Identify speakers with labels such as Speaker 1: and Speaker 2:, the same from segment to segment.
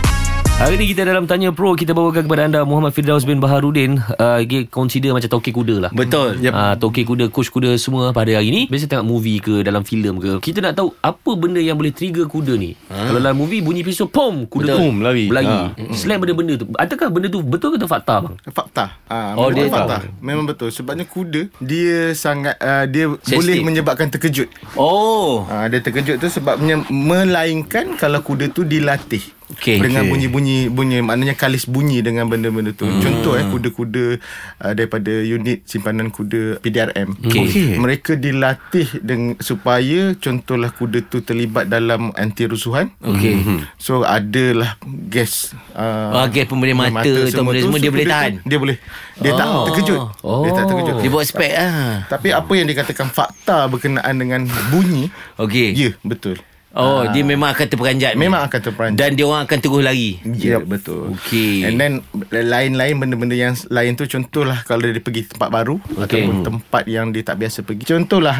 Speaker 1: Hari ni kita dalam Tanya Pro Kita bawakan kepada anda Muhammad Firdaus bin Baharudin uh, Dia consider macam toke kuda lah
Speaker 2: Betul. Yep.
Speaker 1: Ah, toke kuda, coach kuda semua pada hari ni Biasa tengok movie ke dalam filem ke Kita nak tahu apa benda yang boleh trigger kuda ni ha. Kalau dalam movie bunyi pisau Pom! Kuda
Speaker 2: Betul.
Speaker 1: tu
Speaker 2: Pom, lari.
Speaker 1: Berlari
Speaker 2: Ha.
Speaker 1: ha. Slang benda-benda tu Adakah benda tu betul ke tu fakta bang?
Speaker 3: Fakta. Ha,
Speaker 1: Oh,
Speaker 3: oh,
Speaker 1: dia
Speaker 3: dia fakta. Memang betul. Sebabnya kuda dia sangat uh, dia Sensitive. boleh menyebabkan terkejut.
Speaker 2: Oh.
Speaker 3: Ha, dia terkejut tu sebabnya melainkan kalau kuda tu dilatih.
Speaker 2: Okey,
Speaker 3: dengan
Speaker 2: okey.
Speaker 3: bunyi-bunyi bunyi maknanya kalis bunyi dengan benda-benda tu. Hmm. Contoh eh kuda-kuda uh, daripada unit simpanan kuda PDRM.
Speaker 2: Okey. Okey.
Speaker 3: Mereka dilatih dengan supaya contohlah kuda tu terlibat dalam anti rusuhan.
Speaker 2: Okey.
Speaker 3: Hmm. So adalah gas uh,
Speaker 2: Mm-hmm. Ah, gas pemberi mata, tu,
Speaker 3: semua
Speaker 2: benda
Speaker 3: tu,
Speaker 2: semua dia
Speaker 3: so
Speaker 2: boleh
Speaker 3: kuda
Speaker 2: tahan.
Speaker 3: tu, Dia boleh Dia oh. tak terkejut oh. Dia tak terkejut
Speaker 2: Dia buat spek ah.
Speaker 3: Tapi apa yang dikatakan fakta berkenaan dengan bunyi
Speaker 2: Okey.
Speaker 3: Ya betul
Speaker 2: Oh, dia memang akan terperanjat. ni.
Speaker 3: Memang akan terperanjat.
Speaker 2: Dan dia orang akan terus lari.
Speaker 3: Ya yep. betul
Speaker 2: Okey.
Speaker 3: And then Lain-lain benda-benda yang Lain tu contohlah Kalau dia pergi tempat baru okay. Ataupun tempat yang dia tak biasa pergi Contohlah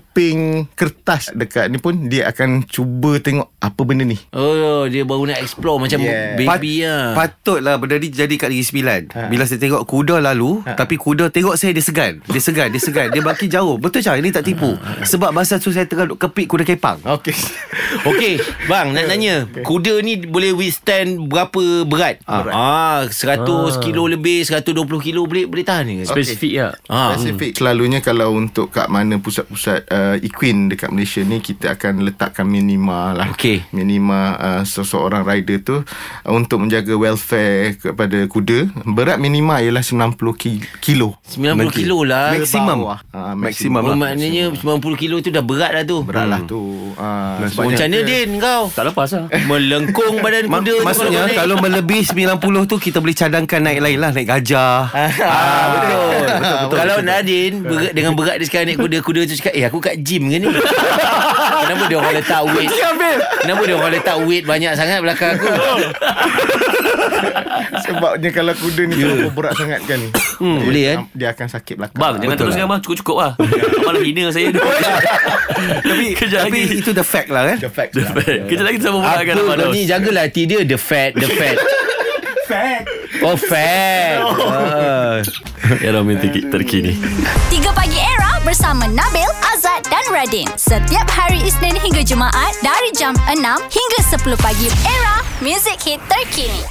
Speaker 3: Sekeping kertas dekat ni pun Dia akan cuba tengok Apa benda ni
Speaker 2: Oh, dia baru nak explore macam
Speaker 3: Yeah.
Speaker 2: baby ah.
Speaker 4: Patutlah benda ni jadi kat Negeri Sembilan ha. Bila saya tengok kuda lalu ha. Tapi kuda tengok saya dia segan Dia segan Dia segan Dia makin jauh Betul Syah Ini tak tipu Sebab masa tu saya tengah duk kepit kuda kepang
Speaker 3: Okay
Speaker 2: Okey, bang nak tanya, kuda ni boleh withstand berapa berat? Ah, ah 100 kilo lebih, 120 kilo boleh boleh tahan ni.
Speaker 1: Spesifik ya
Speaker 2: Ah.
Speaker 3: Spesifik hmm. Selalunya kalau untuk kat mana pusat-pusat uh, equine dekat Malaysia ni kita akan letakkan minima lah.
Speaker 2: Okey.
Speaker 3: Minima uh, seseorang rider tu uh, untuk menjaga welfare kepada kuda. Berat minima ialah 90 ki- kilo.
Speaker 2: 90 kilo lah.
Speaker 3: Ke
Speaker 4: Maksimum.
Speaker 3: bawah. Ah,
Speaker 4: Maksimum
Speaker 2: Oh,
Speaker 4: lah.
Speaker 2: maknanya 90 kilo tu dah berat lah tu.
Speaker 3: Berat lah tu. Uh,
Speaker 2: Macam mana Din kau?
Speaker 1: Tak lepas lah
Speaker 2: Melengkung badan
Speaker 4: Ma-
Speaker 2: kuda tu
Speaker 4: maksudnya
Speaker 2: naik.
Speaker 4: kalau melebih 90 tu kita boleh cadangkan naik lain lah naik gajah.
Speaker 2: Ah, betul. betul, betul kalau betul, Nadine berat, dengan berat dia sekarang naik kuda, kuda tu cakap, "Eh, aku kat gym ke ni?" Kenapa dia orang letak weight? Kenapa dia orang letak weight banyak sangat belakang aku?
Speaker 3: Sebabnya kalau kuda ni yeah. terlalu berat sangat kan. Hmm,
Speaker 2: boleh, kan?
Speaker 3: Dia akan sakit belakang.
Speaker 1: Bang jangan teruskan bang Cukup-cukup lah Abang dah hina saya dulu
Speaker 4: tapi
Speaker 1: Kejap
Speaker 4: tapi
Speaker 1: lagi.
Speaker 4: itu the fact lah kan.
Speaker 3: The fact. The fact.
Speaker 1: Kita lagi sama
Speaker 2: Apa
Speaker 1: Abang
Speaker 2: kau
Speaker 1: Daus.
Speaker 2: ni eh. jagalah hati dia the fat, the fat.
Speaker 3: fact.
Speaker 2: Oh, fat. Ah.
Speaker 1: Ya romantik terkini
Speaker 5: 3 Pagi Era bersama Nabil, Azad dan Radin. Setiap hari Isnin hingga Jumaat dari jam 6 hingga 10 pagi. Era, music hit terkini.